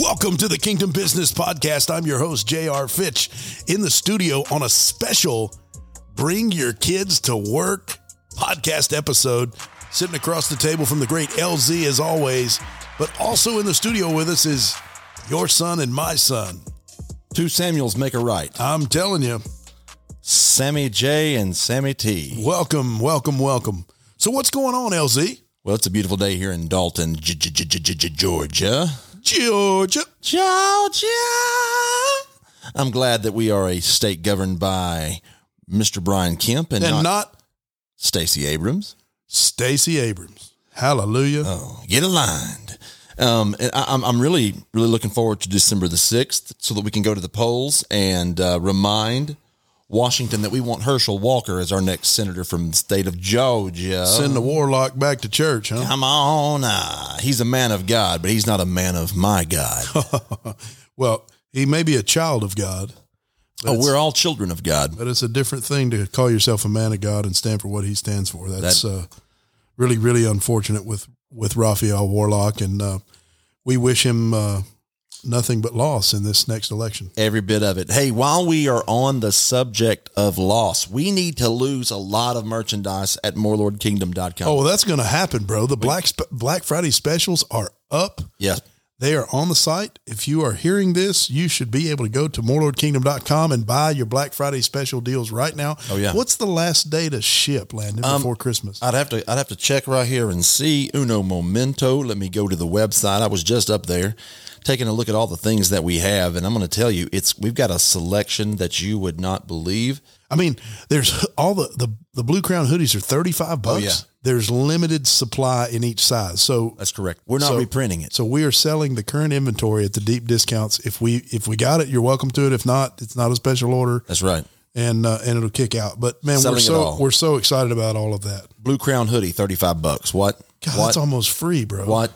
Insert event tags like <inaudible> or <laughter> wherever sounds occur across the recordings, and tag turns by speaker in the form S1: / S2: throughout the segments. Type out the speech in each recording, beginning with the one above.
S1: Welcome to the Kingdom Business Podcast. I'm your host, J.R. Fitch, in the studio on a special Bring Your Kids to Work podcast episode. Sitting across the table from the great LZ, as always, but also in the studio with us is your son and my son.
S2: Two Samuels make a right.
S1: I'm telling you,
S2: Sammy J and Sammy T.
S1: welcome, welcome, welcome. So, what's going on, LZ?
S2: Well, it's a beautiful day here in Dalton, G- G- G- G- G- G- Georgia.
S1: Georgia.
S2: Georgia. I'm glad that we are a state governed by Mr. Brian Kemp and,
S1: And
S2: not,
S1: not
S2: Stacey Abrams.
S1: Stacey Abrams. Hallelujah.
S2: Oh, get aligned. Um, and I, I'm, I'm really, really looking forward to December the 6th so that we can go to the polls and uh, remind Washington that we want Herschel Walker as our next senator from the state of Georgia.
S1: Send the warlock back to church, huh?
S2: Come on. Uh, he's a man of God, but he's not a man of my God. <laughs>
S1: <laughs> Well, he may be a child of God,
S2: oh, we're all children of God.
S1: but it's a different thing to call yourself a man of God and stand for what he stands for. That's uh, really, really unfortunate with with Raphael Warlock, and uh, we wish him uh, nothing but loss in this next election.
S2: Every bit of it. Hey, while we are on the subject of loss, we need to lose a lot of merchandise at morelordkingdom.com.
S1: Oh, well, that's going to happen, bro. The Black Sp- Black Friday specials are up.
S2: yeah.
S1: They are on the site. If you are hearing this, you should be able to go to morelordkingdom.com and buy your Black Friday special deals right now.
S2: Oh, yeah. Um,
S1: What's the last day to ship, Landon, before Christmas?
S2: I'd have to I'd have to check right here and see uno momento. Let me go to the website. I was just up there taking a look at all the things that we have and I'm going to tell you it's we've got a selection that you would not believe.
S1: I mean, there's all the, the, the Blue Crown hoodies are 35 bucks.
S2: Oh, yeah.
S1: There's limited supply in each size. So,
S2: That's correct. We're not
S1: So-
S2: reprinting it.
S1: so we are selling the current inventory at the deep discounts. If we, if we got it, you're welcome to it. If not, it's not a special order
S2: That's right.
S1: and, uh, and it'll kick out. But man,
S2: Selling
S1: we're
S2: it
S1: so,
S2: all.
S1: we're so excited about all of that.
S2: Blue Crown hoodie, thirty five bucks. What?
S1: God,
S2: what?
S1: that's almost free, bro.
S2: what?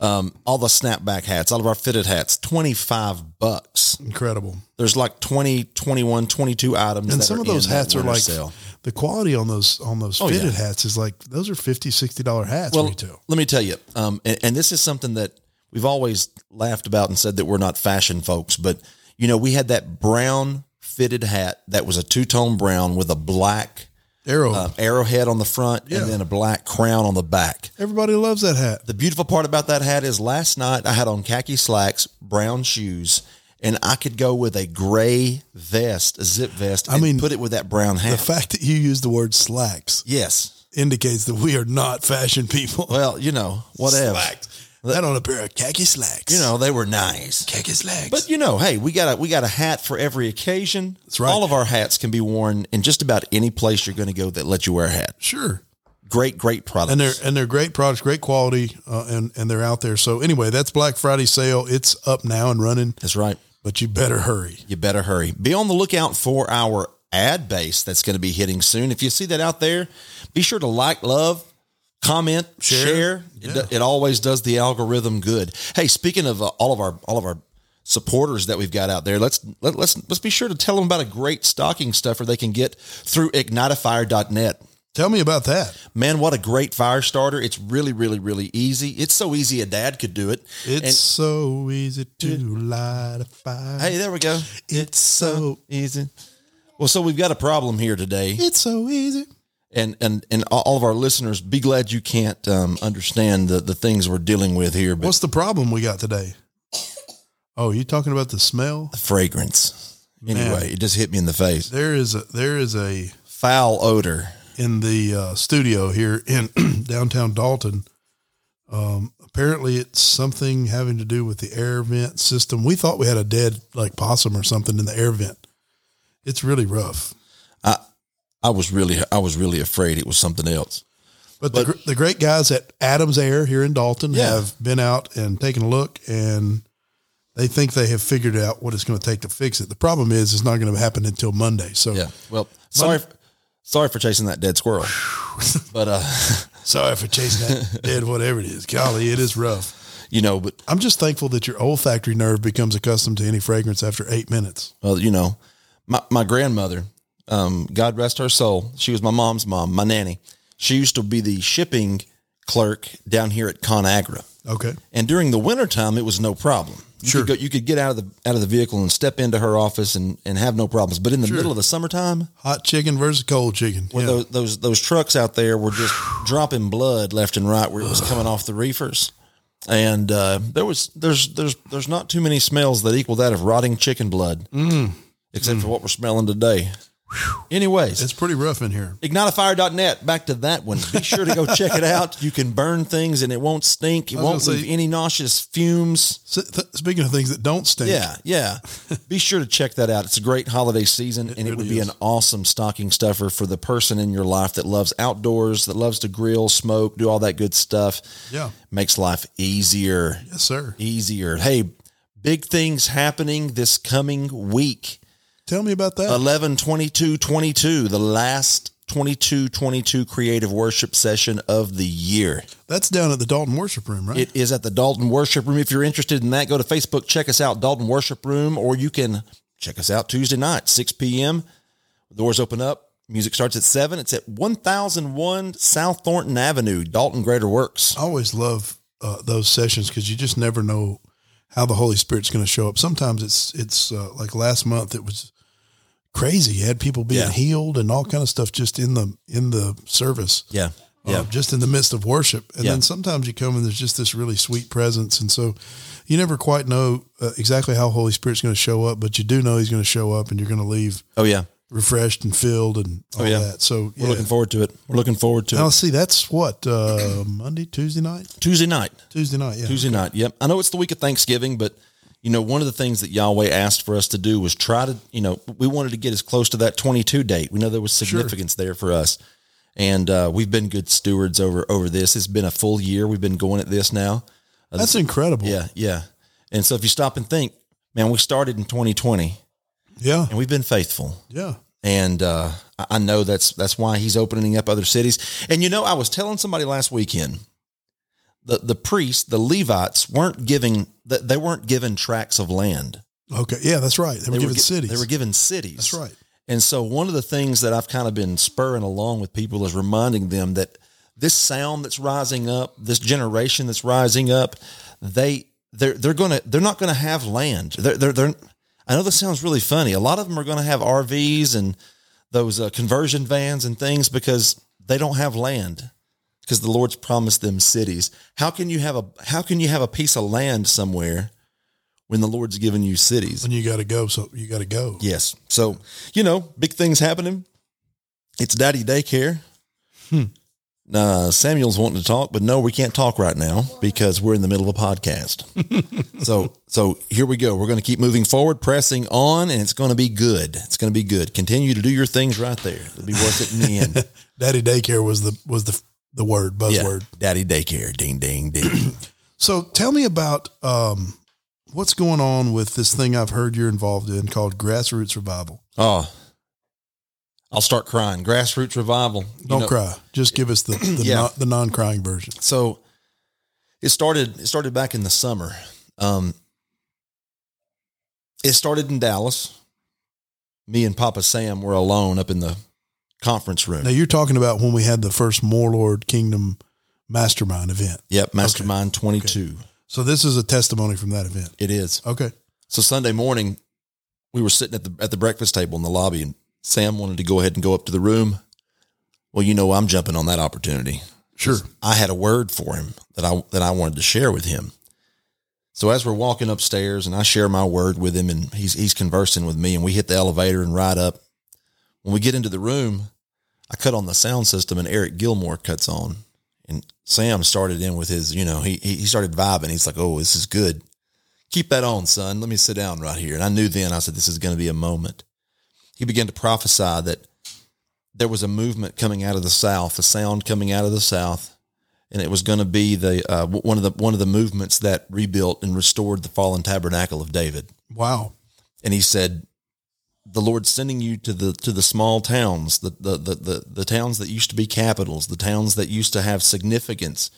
S2: Um, all the snapback hats, all of our fitted hats, twenty five bucks.
S1: Incredible.
S2: There's like 20, 21, 22 items.
S1: and
S2: that
S1: some
S2: are
S1: of those
S2: in that
S1: hats are
S2: winter
S1: like
S2: sale. Oh,
S1: the quality on those on those
S2: yeah.
S1: fitted hats is like those are 50 60 dollar hats
S2: Well,
S1: retail
S2: let me tell you, um, and, and this is something that we've always laughed about and said that we're not fashion folks, but you know, we had that brown fitted hat that was a two tone brown with a black
S1: arrow
S2: um, arrowhead on the front
S1: Yeah.
S2: and then a black crown on the back.
S1: everybody loves that hat
S2: The beautiful part about that hat is last night I had on khaki slacks, brown shoes, and I could go with a gray vest, a zip vest. I
S1: mean,
S2: mean, put it with that brown
S1: the
S2: hat.
S1: fact that you use the word slacks
S2: yes.
S1: indicates that we are not fashion people
S2: Well, you know, whatever.
S1: slacks that on a pair of khaki slacks
S2: You know, they were nice.
S1: khaki slacks
S2: But you know, hey, we got a we got a hat for every occasion. That's
S1: right.
S2: All of our hats can be worn in just about any place you're going to go that lets you wear a hat.
S1: sure
S2: Great, great product.
S1: and they're and they're great products great quality uh, and and they're out there so anyway that's black friday sale it's up now and running
S2: That's right.
S1: but you better hurry
S2: You better hurry. Be on the lookout for our ad base that's going to be hitting soon. If you see that out there, be sure to like, love, comment, share. It, do- it always does the algorithm good. Hey, speaking of uh, all of our all of our supporters that we've got out there, let's let, let's let's be sure to tell them about a great stocking stuffer they can get through ignitifier.net.
S1: tell me about that
S2: Man, what a great fire starter. It's really, really, really easy. It's so easy a dad could do it.
S1: it's so easy to light a fire
S2: And, hey, there we go.
S1: it's so
S2: Easy. Well, so we've got a problem here today.
S1: It's so easy.
S2: and and and all of our listeners, be glad you can't um, understand the the things we're dealing with here. But
S1: What's the problem we got today? Oh, you talking about the smell?
S2: the fragrance? Anyway, it just hit me in the face.
S1: There is a there is a
S2: Foul odor.
S1: in the uh, studio here in <clears throat> downtown Dalton. Um, apparently, it's something having to do with the air vent system. We thought we had a dead like possum or something in the air vent. It's really rough.
S2: I was really I was really afraid it was something else.
S1: But, the, gr- the great guys at Adams Air here in Dalton
S2: Yeah.
S1: have been out and taken a look, and they think they have figured out what it's going to take to fix it. The problem is, it's not going to happen until Monday. So,
S2: Yeah. Well, sorry. Sorry for chasing that dead squirrel. but uh, <laughs>
S1: sorry for chasing that dead, whatever it is. Golly, it is rough.
S2: you know, but
S1: I'm just thankful that your olfactory nerve becomes accustomed to any fragrance after eight minutes.
S2: Well, uh, you know, my, my grandmother, um, God rest her soul, she was my mom's mom, my nanny. She used to be the shipping clerk down here at ConAgra.
S1: Okay.
S2: And during the wintertime, it was no problem. You
S1: Sure.
S2: Could go, you could get out of the out of the vehicle and step into her office and, and have no problems. But in the middle of the summertime,
S1: Hot chicken versus cold chicken.
S2: when
S1: Yeah.
S2: those, those those trucks out there were just dropping blood left and right where
S1: <sighs>
S2: it was coming off the reefers, and uh, there was there's there's there's not too many smells that equal that of rotting chicken blood, mm. except for what we're smelling today. Anyways,
S1: it's pretty rough in here.
S2: Igniteafire.net. Back to that one. Be sure to go check it out. You can burn things and it won't stink. It
S1: gonna
S2: won't leave
S1: say-
S2: any nauseous fumes.
S1: S- th- speaking of things that don't stink.
S2: Yeah,
S1: <laughs>
S2: yeah. Be sure to check that out. It's a great holiday season, and it would
S1: really
S2: be
S1: is.
S2: an awesome stocking stuffer for the person in your life that loves outdoors, that loves to grill, smoke, do all that good stuff.
S1: Yeah.
S2: Makes life easier,
S1: Yes, sir.
S2: easier. Hey, big things happening this coming week.
S1: Tell me about that.
S2: 11 22 22 the last 22 22 creative worship session of the year
S1: That's down at the Dalton Worship Room, right?
S2: it is at the dalton worship room if you're interested in that go to facebook check us out dalton worship room or you can check us out tuesday night 6 p.m doors open up music starts at 7 it's at 1001 south thornton avenue dalton greater works
S1: I always love uh, those sessions because you just never know how the Holy Spirit's going to show up. Sometimes it's it's uh, like last month it was crazy. You had people being
S2: Yeah.
S1: healed and all kind of stuff just in the in the service.
S2: yeah
S1: uh,
S2: yeah
S1: just in the midst of worship. And
S2: Yeah.
S1: then sometimes you come and there's just this really sweet presence. And so you never quite know uh, exactly how Holy Spirit's going to show up, but you do know he's going to show up and you're going to leave
S2: oh yeah
S1: refreshed and filled and all
S2: Oh, yeah.
S1: that. So
S2: we're
S1: yeah.
S2: looking forward to it we're looking forward to
S1: now
S2: it
S1: see, that's what, uh, <clears throat> Monday, Tuesday night,
S2: tuesday night
S1: Tuesday night. Yeah.
S2: Tuesday night. Yep. I know it's the week of Thanksgiving, but you know, one of the things that Yahweh asked for us to do was try to, you know, we wanted to get as close to that 22 date. We know there was significance there for us. And uh, we've been good stewards over over this. It's been a full year. We've been going at this now.
S1: That's incredible.
S2: Yeah, yeah. And so if you stop and think, man, we started in 2020
S1: Yeah.
S2: and we've been faithful
S1: Yeah.
S2: and uh, I- I know that's that's why he's opening up other cities. And you know, I was telling somebody last weekend, the the priests, the Levites, weren't giving th- they weren't given tracts of land.
S1: Okay. Yeah, that's right. They were given
S2: gi-
S1: cities.
S2: They were given cities.
S1: that's right.
S2: And so one of the things that I've kind of been spurring along with people is reminding them that this sound that's rising up, this generation that's rising up, they they're they're gonna they're not gonna have land. They're they're, they're I know this sounds really funny. A lot of them are gonna have RVs and those uh, conversion vans and things because they don't have land because the Lord's promised them cities. How can you have a how can you have a piece of land somewhere when the Lord's given you cities?
S1: And you got to go. So you got to go.
S2: Yes. So, you know, big things happening. It's daddy daycare. Hmm. Uh, Samuel's wanting to talk, but no, we can't talk right now because we're in the middle of a podcast. so, so here we go. We're going to keep moving forward, pressing on, and it's going to be good. It's going to be good. Continue to do your things right there. It'll be worth it in the end.
S1: Daddy daycare was the, was the, the word
S2: yeah.
S1: buzzword.
S2: Daddy daycare. Ding, ding, ding. <clears throat>
S1: So tell me about, um, what's going on with this thing I've heard you're involved in called grassroots revival.
S2: oh, I'll start crying. Grassroots revival. You
S1: Don't
S2: know-
S1: cry. Just give us the, <clears throat> the,
S2: Yeah.
S1: non, the non-crying version.
S2: So it started it started back in the summer. Um it started in Dallas. Me and Papa Sam were alone up in the conference room.
S1: Now you're talking about when we had the first Morelord Kingdom Mastermind event.
S2: Yep, Mastermind 22.
S1: So this is a testimony from that event.
S2: It is.
S1: Okay.
S2: So Sunday morning, we were sitting at the at the breakfast table in the lobby, and Sam wanted to go ahead and go up to the room. Well, you know, I'm jumping on that opportunity.
S1: Sure.
S2: I had a word for him that I that I wanted to share with him. So as we're walking upstairs and I share my word with him and he's he's conversing with me and we hit the elevator and ride up. When we get into the room, I cut on the sound system and Eric Gilmore cuts on. And Sam started in with his, you know, he he he started vibing. He's like, "Oh, this is good. Keep that on, son. Let me sit down right here." And I knew then I said this is going to be a moment. He began to prophesy that there was a movement coming out of the south, a sound coming out of the south and it was going to be the uh, w- one of the one of the movements that rebuilt and restored the fallen tabernacle of David.
S1: Wow.
S2: And he said, "The Lord's sending you to the to the small towns, the the the the, the towns that used to be capitals, the towns that used to have significance.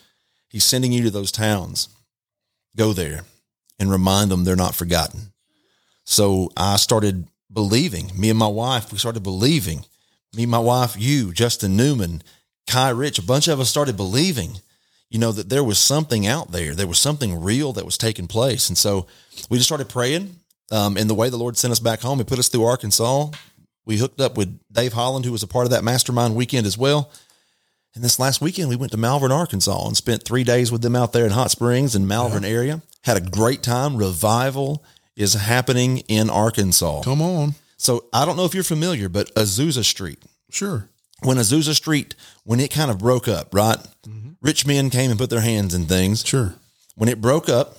S2: He's sending you to those towns. Go there and remind them they're not forgotten." So I started believing. Me and my wife, we started believing. Me, my wife, you, Justin Newman, Kai Rich, a bunch of us started believing you know, that there was something out there. There was something real that was taking place. And so we just started praying. Um, and the way the Lord sent us back home, He put us through Arkansas. We hooked up with Dave Holland, who was a part of that mastermind weekend as well. And this last weekend, we went to Malvern, Arkansas, and spent three days with them out there in Hot Springs and Malvern area. Had a great time. Revival is happening in Arkansas.
S1: Come on.
S2: So I don't know if you're familiar, but Azusa Street,
S1: Sure.
S2: when Azusa Street, when it kind of broke up, right? Rich men came and put their hands in things.
S1: Sure.
S2: When it broke up,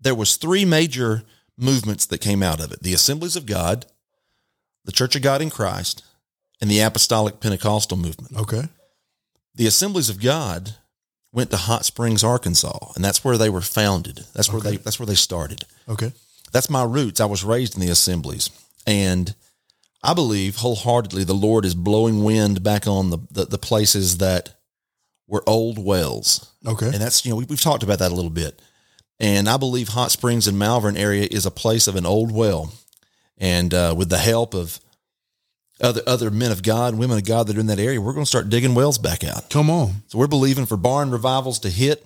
S2: there was three major movements that came out of it: the Assemblies of God, the Church of God in Christ, and the Apostolic Pentecostal movement.
S1: Okay.
S2: The Assemblies of God went to Hot Springs, Arkansas, and that's where they were founded. That's where they that's where they started
S1: Okay.
S2: that's my roots. I was raised in the assemblies. And I believe wholeheartedly the Lord is blowing wind back on the, the, the places that were old wells.
S1: Okay.
S2: And that's, you know, we, we've talked about that a little bit. And I believe Hot Springs and Malvern area is a place of an old well. And uh, with the help of other other men of God, women of God that are in that area, we're going to start digging wells back out.
S1: Come on.
S2: So we're believing for barn revivals to hit.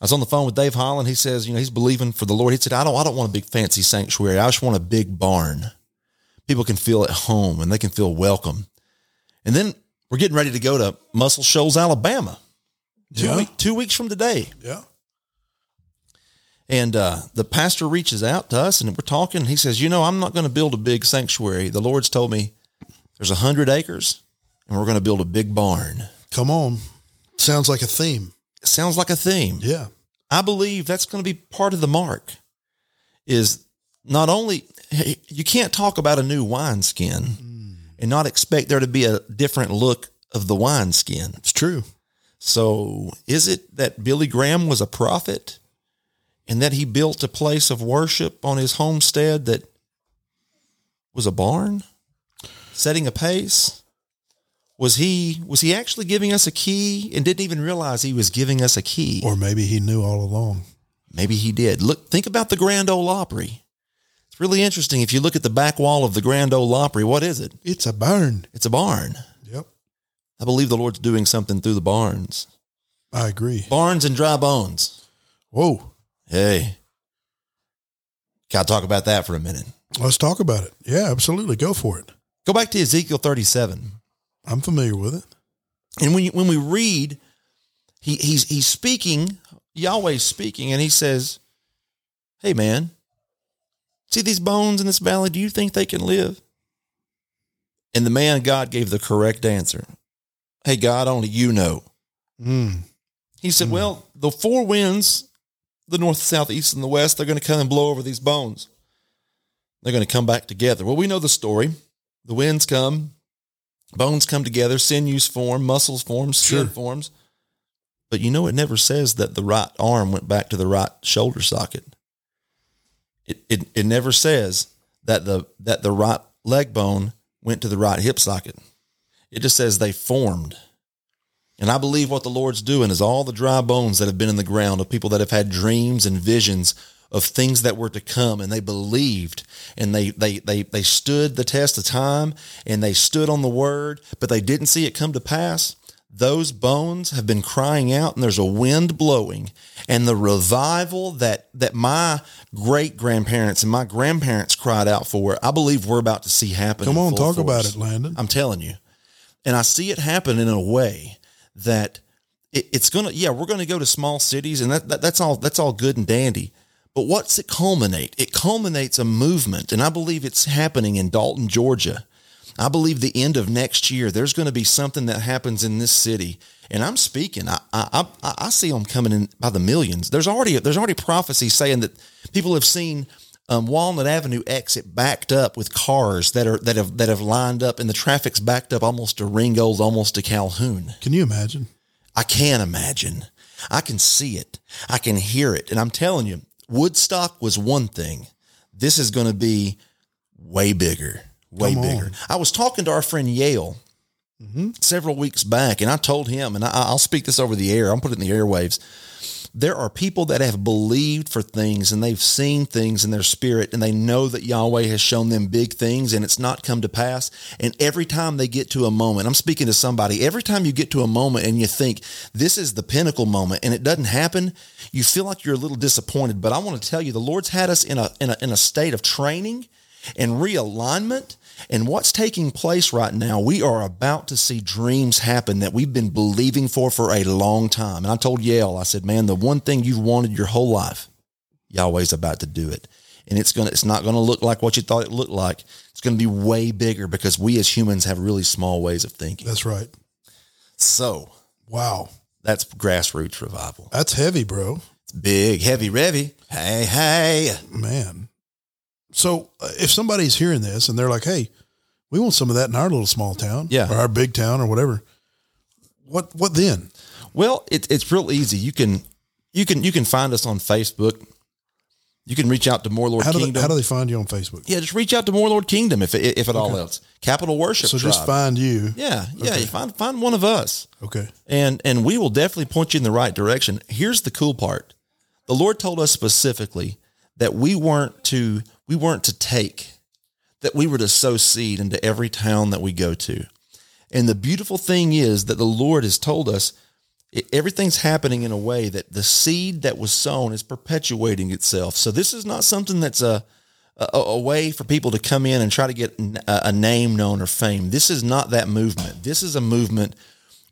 S2: I was on the phone with Dave Holland. He says, you know, he's believing for the Lord. He said, I don't, I don't want a big fancy sanctuary. I just want a big barn. People can feel at home and they can feel welcome. And then we're getting ready to go to Muscle Shoals, Alabama, two,
S1: Yeah.
S2: week- two weeks from today.
S1: Yeah.
S2: And uh, the pastor reaches out to us and we're talking. He says, You know, I'm not going to build a big sanctuary. The Lord's told me there's 100 acres and we're going to build a big barn.
S1: Come on. Sounds like a theme.
S2: It sounds like a theme.
S1: Yeah.
S2: I believe that's going to be part of the mark is not only you can't talk about a new wineskin and not expect there to be a different look of the wineskin.
S1: It's true.
S2: So is it that Billy Graham was a prophet and that he built a place of worship on his homestead that was a barn? Setting a pace? Was he was he actually giving us a key and didn't even realize he was giving us a key?
S1: Or maybe he knew all along.
S2: Maybe he did. Look, think about the Grand Ole Opry. It's really interesting. If you look at the back wall of the Grand Ole Opry, what is it?
S1: It's a barn.
S2: It's a barn.
S1: Yep.
S2: I believe the Lord's doing something through the barns.
S1: I agree.
S2: Barns and dry bones.
S1: Whoa.
S2: Hey, gotta talk about that for a minute.
S1: Let's talk about it. Yeah, absolutely. Go for it.
S2: Go back to Ezekiel 37.
S1: I'm familiar with it.
S2: And when you, when we read, he he's he's speaking, Yahweh's speaking, and he says, "Hey man, see these bones in this valley? Do you think they can live?" And the man God gave the correct answer. Hey God, only you know. Hmm.
S1: Mm.
S2: He said, "Well, the four winds, the north, south, east, and the west, they're going to come and blow over these bones. They're going to come back together." Well, we know the story. The winds come, bones come together, sinews form, muscles form, skin
S1: Sure.
S2: forms. But you know, it never says that the right arm went back to the right shoulder socket. It it, it never says that the that the right leg bone went to the right hip socket. It just says they formed. And I believe what the Lord's doing is all the dry bones that have been in the ground of people that have had dreams and visions of things that were to come and they believed and they they they they stood the test of time and they stood on the word but they didn't see it come to pass those bones have been crying out and there's a wind blowing and the revival that that my great grandparents and my grandparents cried out for I believe we're about to see happen
S1: Come
S2: in
S1: on,
S2: full
S1: talk about
S2: force.
S1: it, Landon.
S2: I'm telling you. And I see it happen in a way that it, it's gonna. Yeah, we're gonna go to small cities, and that, that that's all. That's all good and dandy. But what's it culminate? It culminates a movement, and I believe it's happening in Dalton, Georgia. I believe the end of next year, there's going to be something that happens in this city. And I'm speaking. I I, I, I see them coming in by the millions. There's already there's already prophecy saying that people have seen um, Walnut Avenue exit backed up with cars that are that have that have lined up, and the traffic's backed up almost to Ringgold, almost to Calhoun.
S1: Can you imagine?
S2: I can imagine. I can see it. I can hear it. And I'm telling you, Woodstock was one thing. This is going to be way bigger, way
S1: Come on. Mm-hmm.
S2: bigger. I was talking to our friend Yale several weeks back, and I told him, and I, I'll speak this over the air. I'll put it in the airwaves. There are people that have believed for things and they've seen things in their spirit and they know that Yahweh has shown them big things and it's not come to pass. And every time they get to a moment, I'm speaking to somebody, every time you get to a moment and you think this is the pinnacle moment and it doesn't happen, you feel like you're a little disappointed. But I want to tell you, the Lord's had us in a, in a, in a state of training and realignment. And what's taking place right now, we are about to see dreams happen that we've been believing for for a long time. And I told Yale, I said, man, the one thing you've wanted your whole life, Yahweh's about to do it. And it's gonna, it's not gonna look like what you thought it looked like. It's gonna be way bigger because we as humans have really small ways of thinking.
S1: That's right.
S2: So
S1: Wow.
S2: that's grassroots revival.
S1: That's heavy, bro.
S2: It's big, heavy, revy. Hey, hey.
S1: Man. So uh, if somebody's hearing this and they're like, hey, we want some of that in our little small town
S2: Yeah.
S1: or our big town or whatever, what what then?
S2: Well, it, it's real easy. You can you can you can find us on Facebook. You can reach out to More Lord
S1: How do,
S2: Kingdom.
S1: they, how do they find you on Facebook?
S2: yeah, just reach out to More Lord Kingdom if if at all else. Capital Worship.
S1: So
S2: Tribe.
S1: just find you.
S2: yeah, yeah. You find find one of us,
S1: Okay.
S2: and and we will definitely point you in the right direction. Here's the cool part: the Lord told us specifically that we weren't to we weren't to take, that we were to sow seed into every town that we go to. And the beautiful thing is that the Lord has told us it, everything's happening in a way that the seed that was sown is perpetuating itself. So this is not something that's a a, a way for people to come in and try to get n- a, a name known or fame. This is not that movement. This is a movement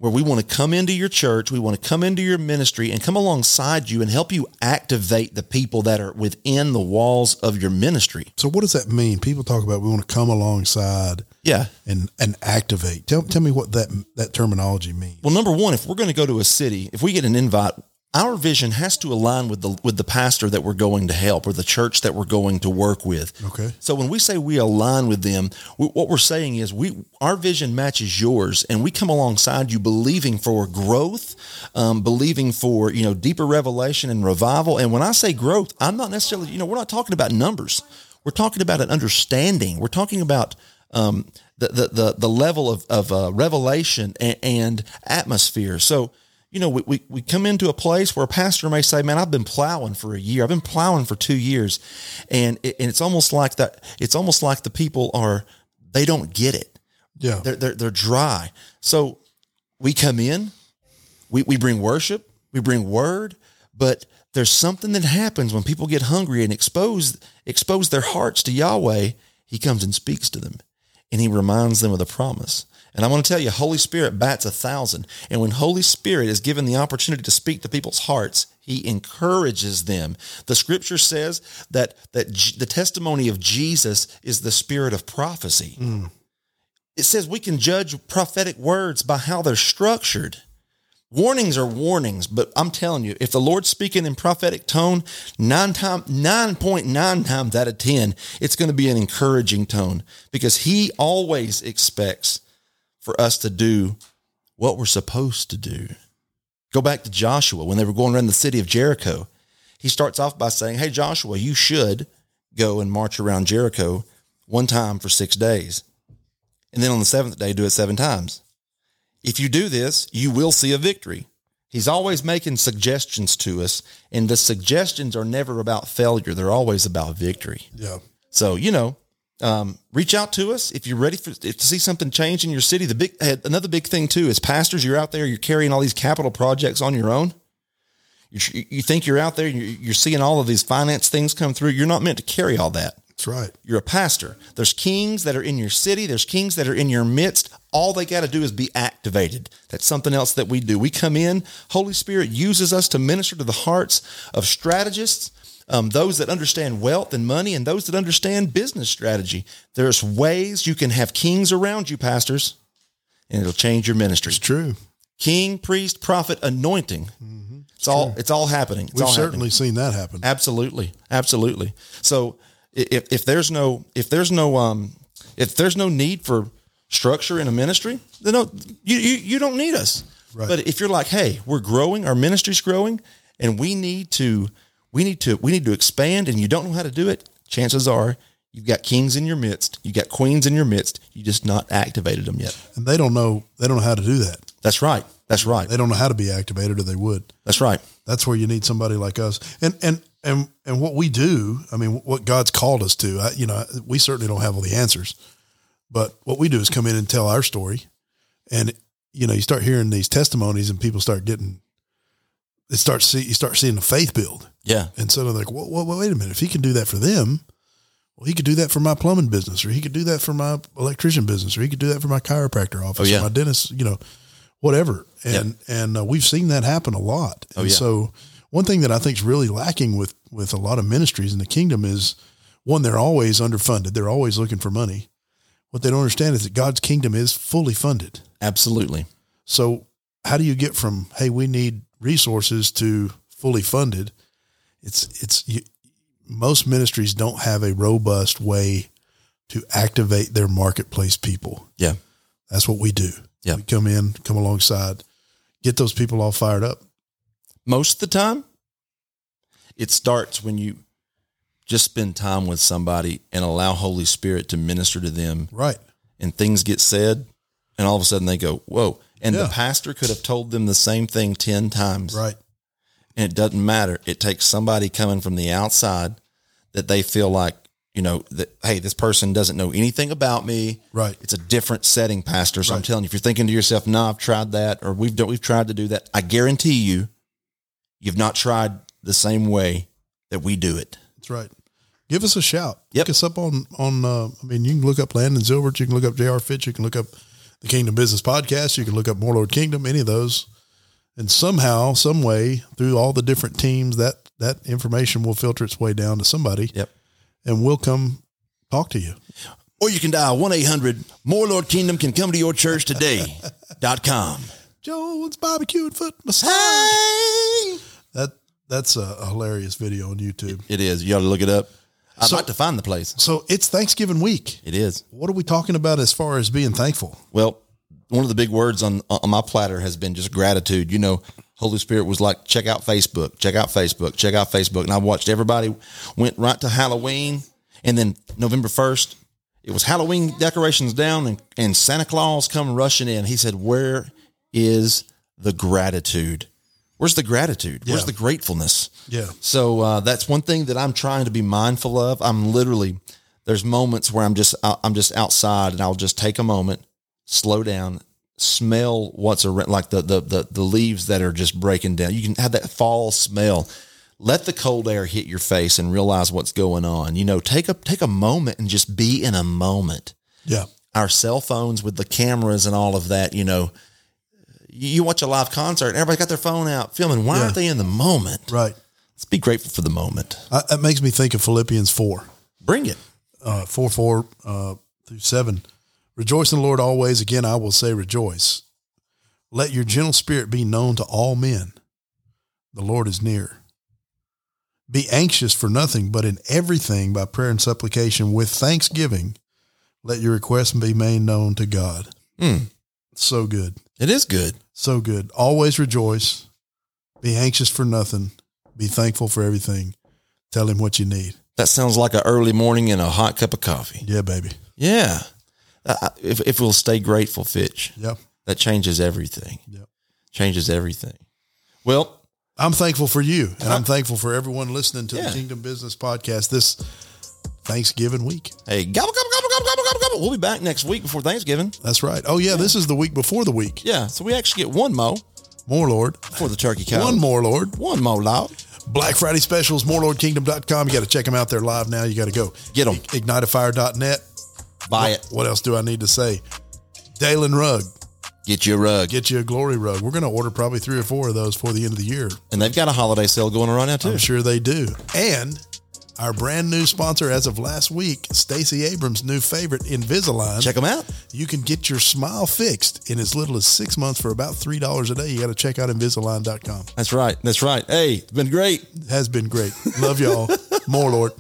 S2: where we want to come into your church, we want to come into your ministry and come alongside you and help you activate the people that are within the walls of your ministry.
S1: So what does that mean? People talk about we want to come alongside
S2: Yeah.
S1: and and activate. Tell tell me what that that terminology means.
S2: Well, number one, if we're going to go to a city, if we get an invite, our vision has to align with the with the pastor that we're going to help or the church that we're going to work with.
S1: Okay.
S2: So when we say we align with them, we, what we're saying is we our vision matches yours, and we come alongside you, believing for growth, um, believing for you know deeper revelation and revival. And when I say growth, I'm not necessarily you know we're not talking about numbers. We're talking about an understanding. We're talking about um, the, the the the level of of uh, revelation and, and atmosphere. So you know, we, we, we come into a place where a pastor may say, man, I've been plowing for a year. I've been plowing for two years. And, it, and it's almost like that. It's almost like the people are, they don't get it.
S1: Yeah.
S2: They're, they're, they're dry. So we come in, we, we bring worship, we bring word, but there's something that happens when people get hungry and expose, expose their hearts to Yahweh. He comes and speaks to them and he reminds them of the promise. And I want to tell you, Holy Spirit bats a thousand. And when Holy Spirit is given the opportunity to speak to people's hearts, he encourages them. The scripture says that, that J- the testimony of Jesus is the spirit of prophecy it says we can judge prophetic words by how they're structured. Warnings are warnings, but I'm telling you, if the Lord's speaking in prophetic tone, nine time, nine point nine times out of ten, it's going to be an encouraging tone because He always expects for us to do what we're supposed to do. Go back to Joshua when they were going around the city of Jericho. He starts off by saying, Hey, Joshua, you should go and march around Jericho one time for six days and then on the seventh day do it seven times. If you do this, you will see a victory. He's always making suggestions to us, and the suggestions are never about failure. They're always about victory.
S1: yeah.
S2: So, you know, um, reach out to us if you're ready for, if to see something change in your city. The big eh, another big thing too is pastors. You're out there, you're carrying all these capital projects on your own. You, you think you're out there, you're, you're seeing all of these finance things come through. You're not meant to carry all that.
S1: That's right.
S2: You're a pastor. There's kings that are in your city. There's kings that are in your midst. All they got to do is be activated. That's something else that we do. We come in. Holy Spirit uses us to minister to the hearts of strategists, um, those that understand wealth and money, and those that understand business strategy. There's ways you can have kings around you, pastors, and it'll change your ministry.
S1: It's true.
S2: King, priest, prophet, anointing. It's, all. It's all happening. It's
S1: Mm-hmm. We've
S2: all happening.
S1: certainly seen that happen.
S2: Absolutely, absolutely. So i- if if there's no if there's no um if there's no need for structure in a ministry, then no, you you, you don't need us.
S1: Right.
S2: But if you're like, hey, we're growing, our ministry's growing, and we need to we need to we need to expand, and you don't know how to do it, chances are You've got kings in your midst. You've got queens in your midst. You just not activated them yet.
S1: And they don't know they don't know how to do that.
S2: That's right. That's right.
S1: They don't know how to be activated or they would.
S2: That's right.
S1: That's where you need somebody like us. And and and and what we do, I mean, what God's called us to. I, you know, we certainly don't have all the answers, but what we do is come in and tell our story, and you know, you start hearing these testimonies, and people start getting, it starts see you start seeing the faith build,
S2: Yeah.
S1: and suddenly like, well, well, wait a minute, if he can do that for them, well, he could do that for my plumbing business, or he could do that for my electrician business, or he could do that for my chiropractor office,
S2: Oh, yeah.
S1: or my dentist, you know, whatever. And and uh, we've seen that happen a lot. And
S2: Oh, yeah.
S1: so one thing that I think is really lacking with with a lot of ministries in the kingdom is one they're always underfunded. They're always looking for money. What they don't understand is that God's kingdom is fully funded.
S2: Absolutely.
S1: So how do you get from hey we need resources to fully funded? It's it's you, most ministries don't have a robust way to activate their marketplace people.
S2: Yeah.
S1: That's what we do.
S2: Yeah.
S1: We come in, come alongside, get those people all fired up.
S2: Most of the time, it starts when you just spend time with somebody and allow Holy Spirit to minister to them
S1: Right.
S2: and things get said and all of a sudden they go, Whoa. And
S1: Yeah.
S2: the pastor could have told them the same thing ten times.
S1: Right.
S2: and it doesn't matter. It takes somebody coming from the outside that they feel like, you know, that hey, this person doesn't know anything about me.
S1: Right.
S2: It's a different setting, pastor. So I'm
S1: Right.
S2: telling you, if you're thinking to yourself, "No, I've tried that," or "We've done, we've tried to do that," I guarantee you, you've not tried the same way that we do it.
S1: That's right. Give us a shout.
S2: Yep.
S1: Look us up on on. Uh, I mean, you can look up Landon Zilbert. You can look up Jr. Fitch. You can look up the Kingdom Business Podcast. You can look up More Lord Kingdom. Any of those, and somehow, some way, through all the different teams, that that information will filter its way down to somebody,
S2: Yep.
S1: and we'll come talk to you.
S2: Or you can dial one eight hundred More Lord Kingdom can come to your church today. dot com.
S1: Jones Barbecue and Foot Massage.
S2: Hey,
S1: That that's a, a hilarious video on YouTube.
S2: it is. You ought to look it up. I'd
S1: So-
S2: like to find the place.
S1: So it's Thanksgiving week.
S2: It is.
S1: What are we talking about as far as being thankful?
S2: Well, one of the big words on on my platter has been just gratitude. You know, Holy Spirit was like, check out Facebook, check out Facebook, check out Facebook, and I watched everybody went right to Halloween, and then November first, it was Halloween decorations down, and and Santa Claus come rushing in. He said, "Where is the gratitude? Where's the gratitude? Where's
S1: Yeah.
S2: the gratefulness?"
S1: Yeah.
S2: So uh, that's one thing that I'm trying to be mindful of. I'm literally there's moments where I'm just I- I'm just outside and I'll just take a moment, slow down, smell what's around, like the the the, the leaves that are just breaking down. You can have that fall smell. Let the cold air hit your face and realize what's going on. You know, take a take a moment and just be in a moment.
S1: Yeah.
S2: Our cell phones with the cameras and all of that, you know. You you watch a live concert and everybody got their phone out filming. Why aren't they in the moment?
S1: Right.
S2: Let's be grateful for the moment.
S1: I, that makes me think of Philippians four.
S2: Bring it.
S1: uh, 4 4 uh, through 7. Rejoice in the Lord always. Again, I will say rejoice. Let your gentle spirit be known to all men. The Lord is near. Be anxious for nothing, but in everything by prayer and supplication with thanksgiving, let your requests be made known to God.
S2: Hmm.
S1: So good.
S2: It is good.
S1: So good. Always rejoice. Be anxious for nothing. Be thankful for everything. Tell him what you need.
S2: That sounds like an early morning and a hot cup of coffee.
S1: Yeah, baby.
S2: Yeah. I- I- if, if we'll stay grateful, Fitch,
S1: Yep.
S2: that changes everything.
S1: Yep.
S2: Changes everything. Well,
S1: I'm thankful for you, and I'm thankful for everyone listening to
S2: Uh-huh. Yeah.
S1: the Kingdom Business Podcast this Thanksgiving week.
S2: hey, gobble, gobble, gobble, gobble, gobble, gobble, gobble. We'll be back next week before Thanksgiving.
S1: That's right. Oh, yeah, this is the week before the week.
S2: Yeah. So we actually get one mo
S1: More Lord.
S2: for the turkey cow.
S1: One more Lord.
S2: One mo, log.
S1: Black Friday specials, morelordkingdom.com. You got to check them out. They're live now. You got to go.
S2: Get 'em.
S1: Igniteafire.net.
S2: Buy it.
S1: What else do I need to say? Dalen Rug,
S2: Get you a rug.
S1: get you a glory rug. We're going to order probably three or four of those before the end of the year.
S2: and they've got a holiday sale going on right now, too.
S1: I'm sure they do. And our brand new sponsor as of last week, Stacey Abrams' new favorite, Invisalign.
S2: Check them out.
S1: You can get your smile fixed in as little as six months for about $3 a day. You got to check out Invisalign.com.
S2: That's right. That's right. Hey, it's been great.
S1: Has been great. Love y'all. More, Lord.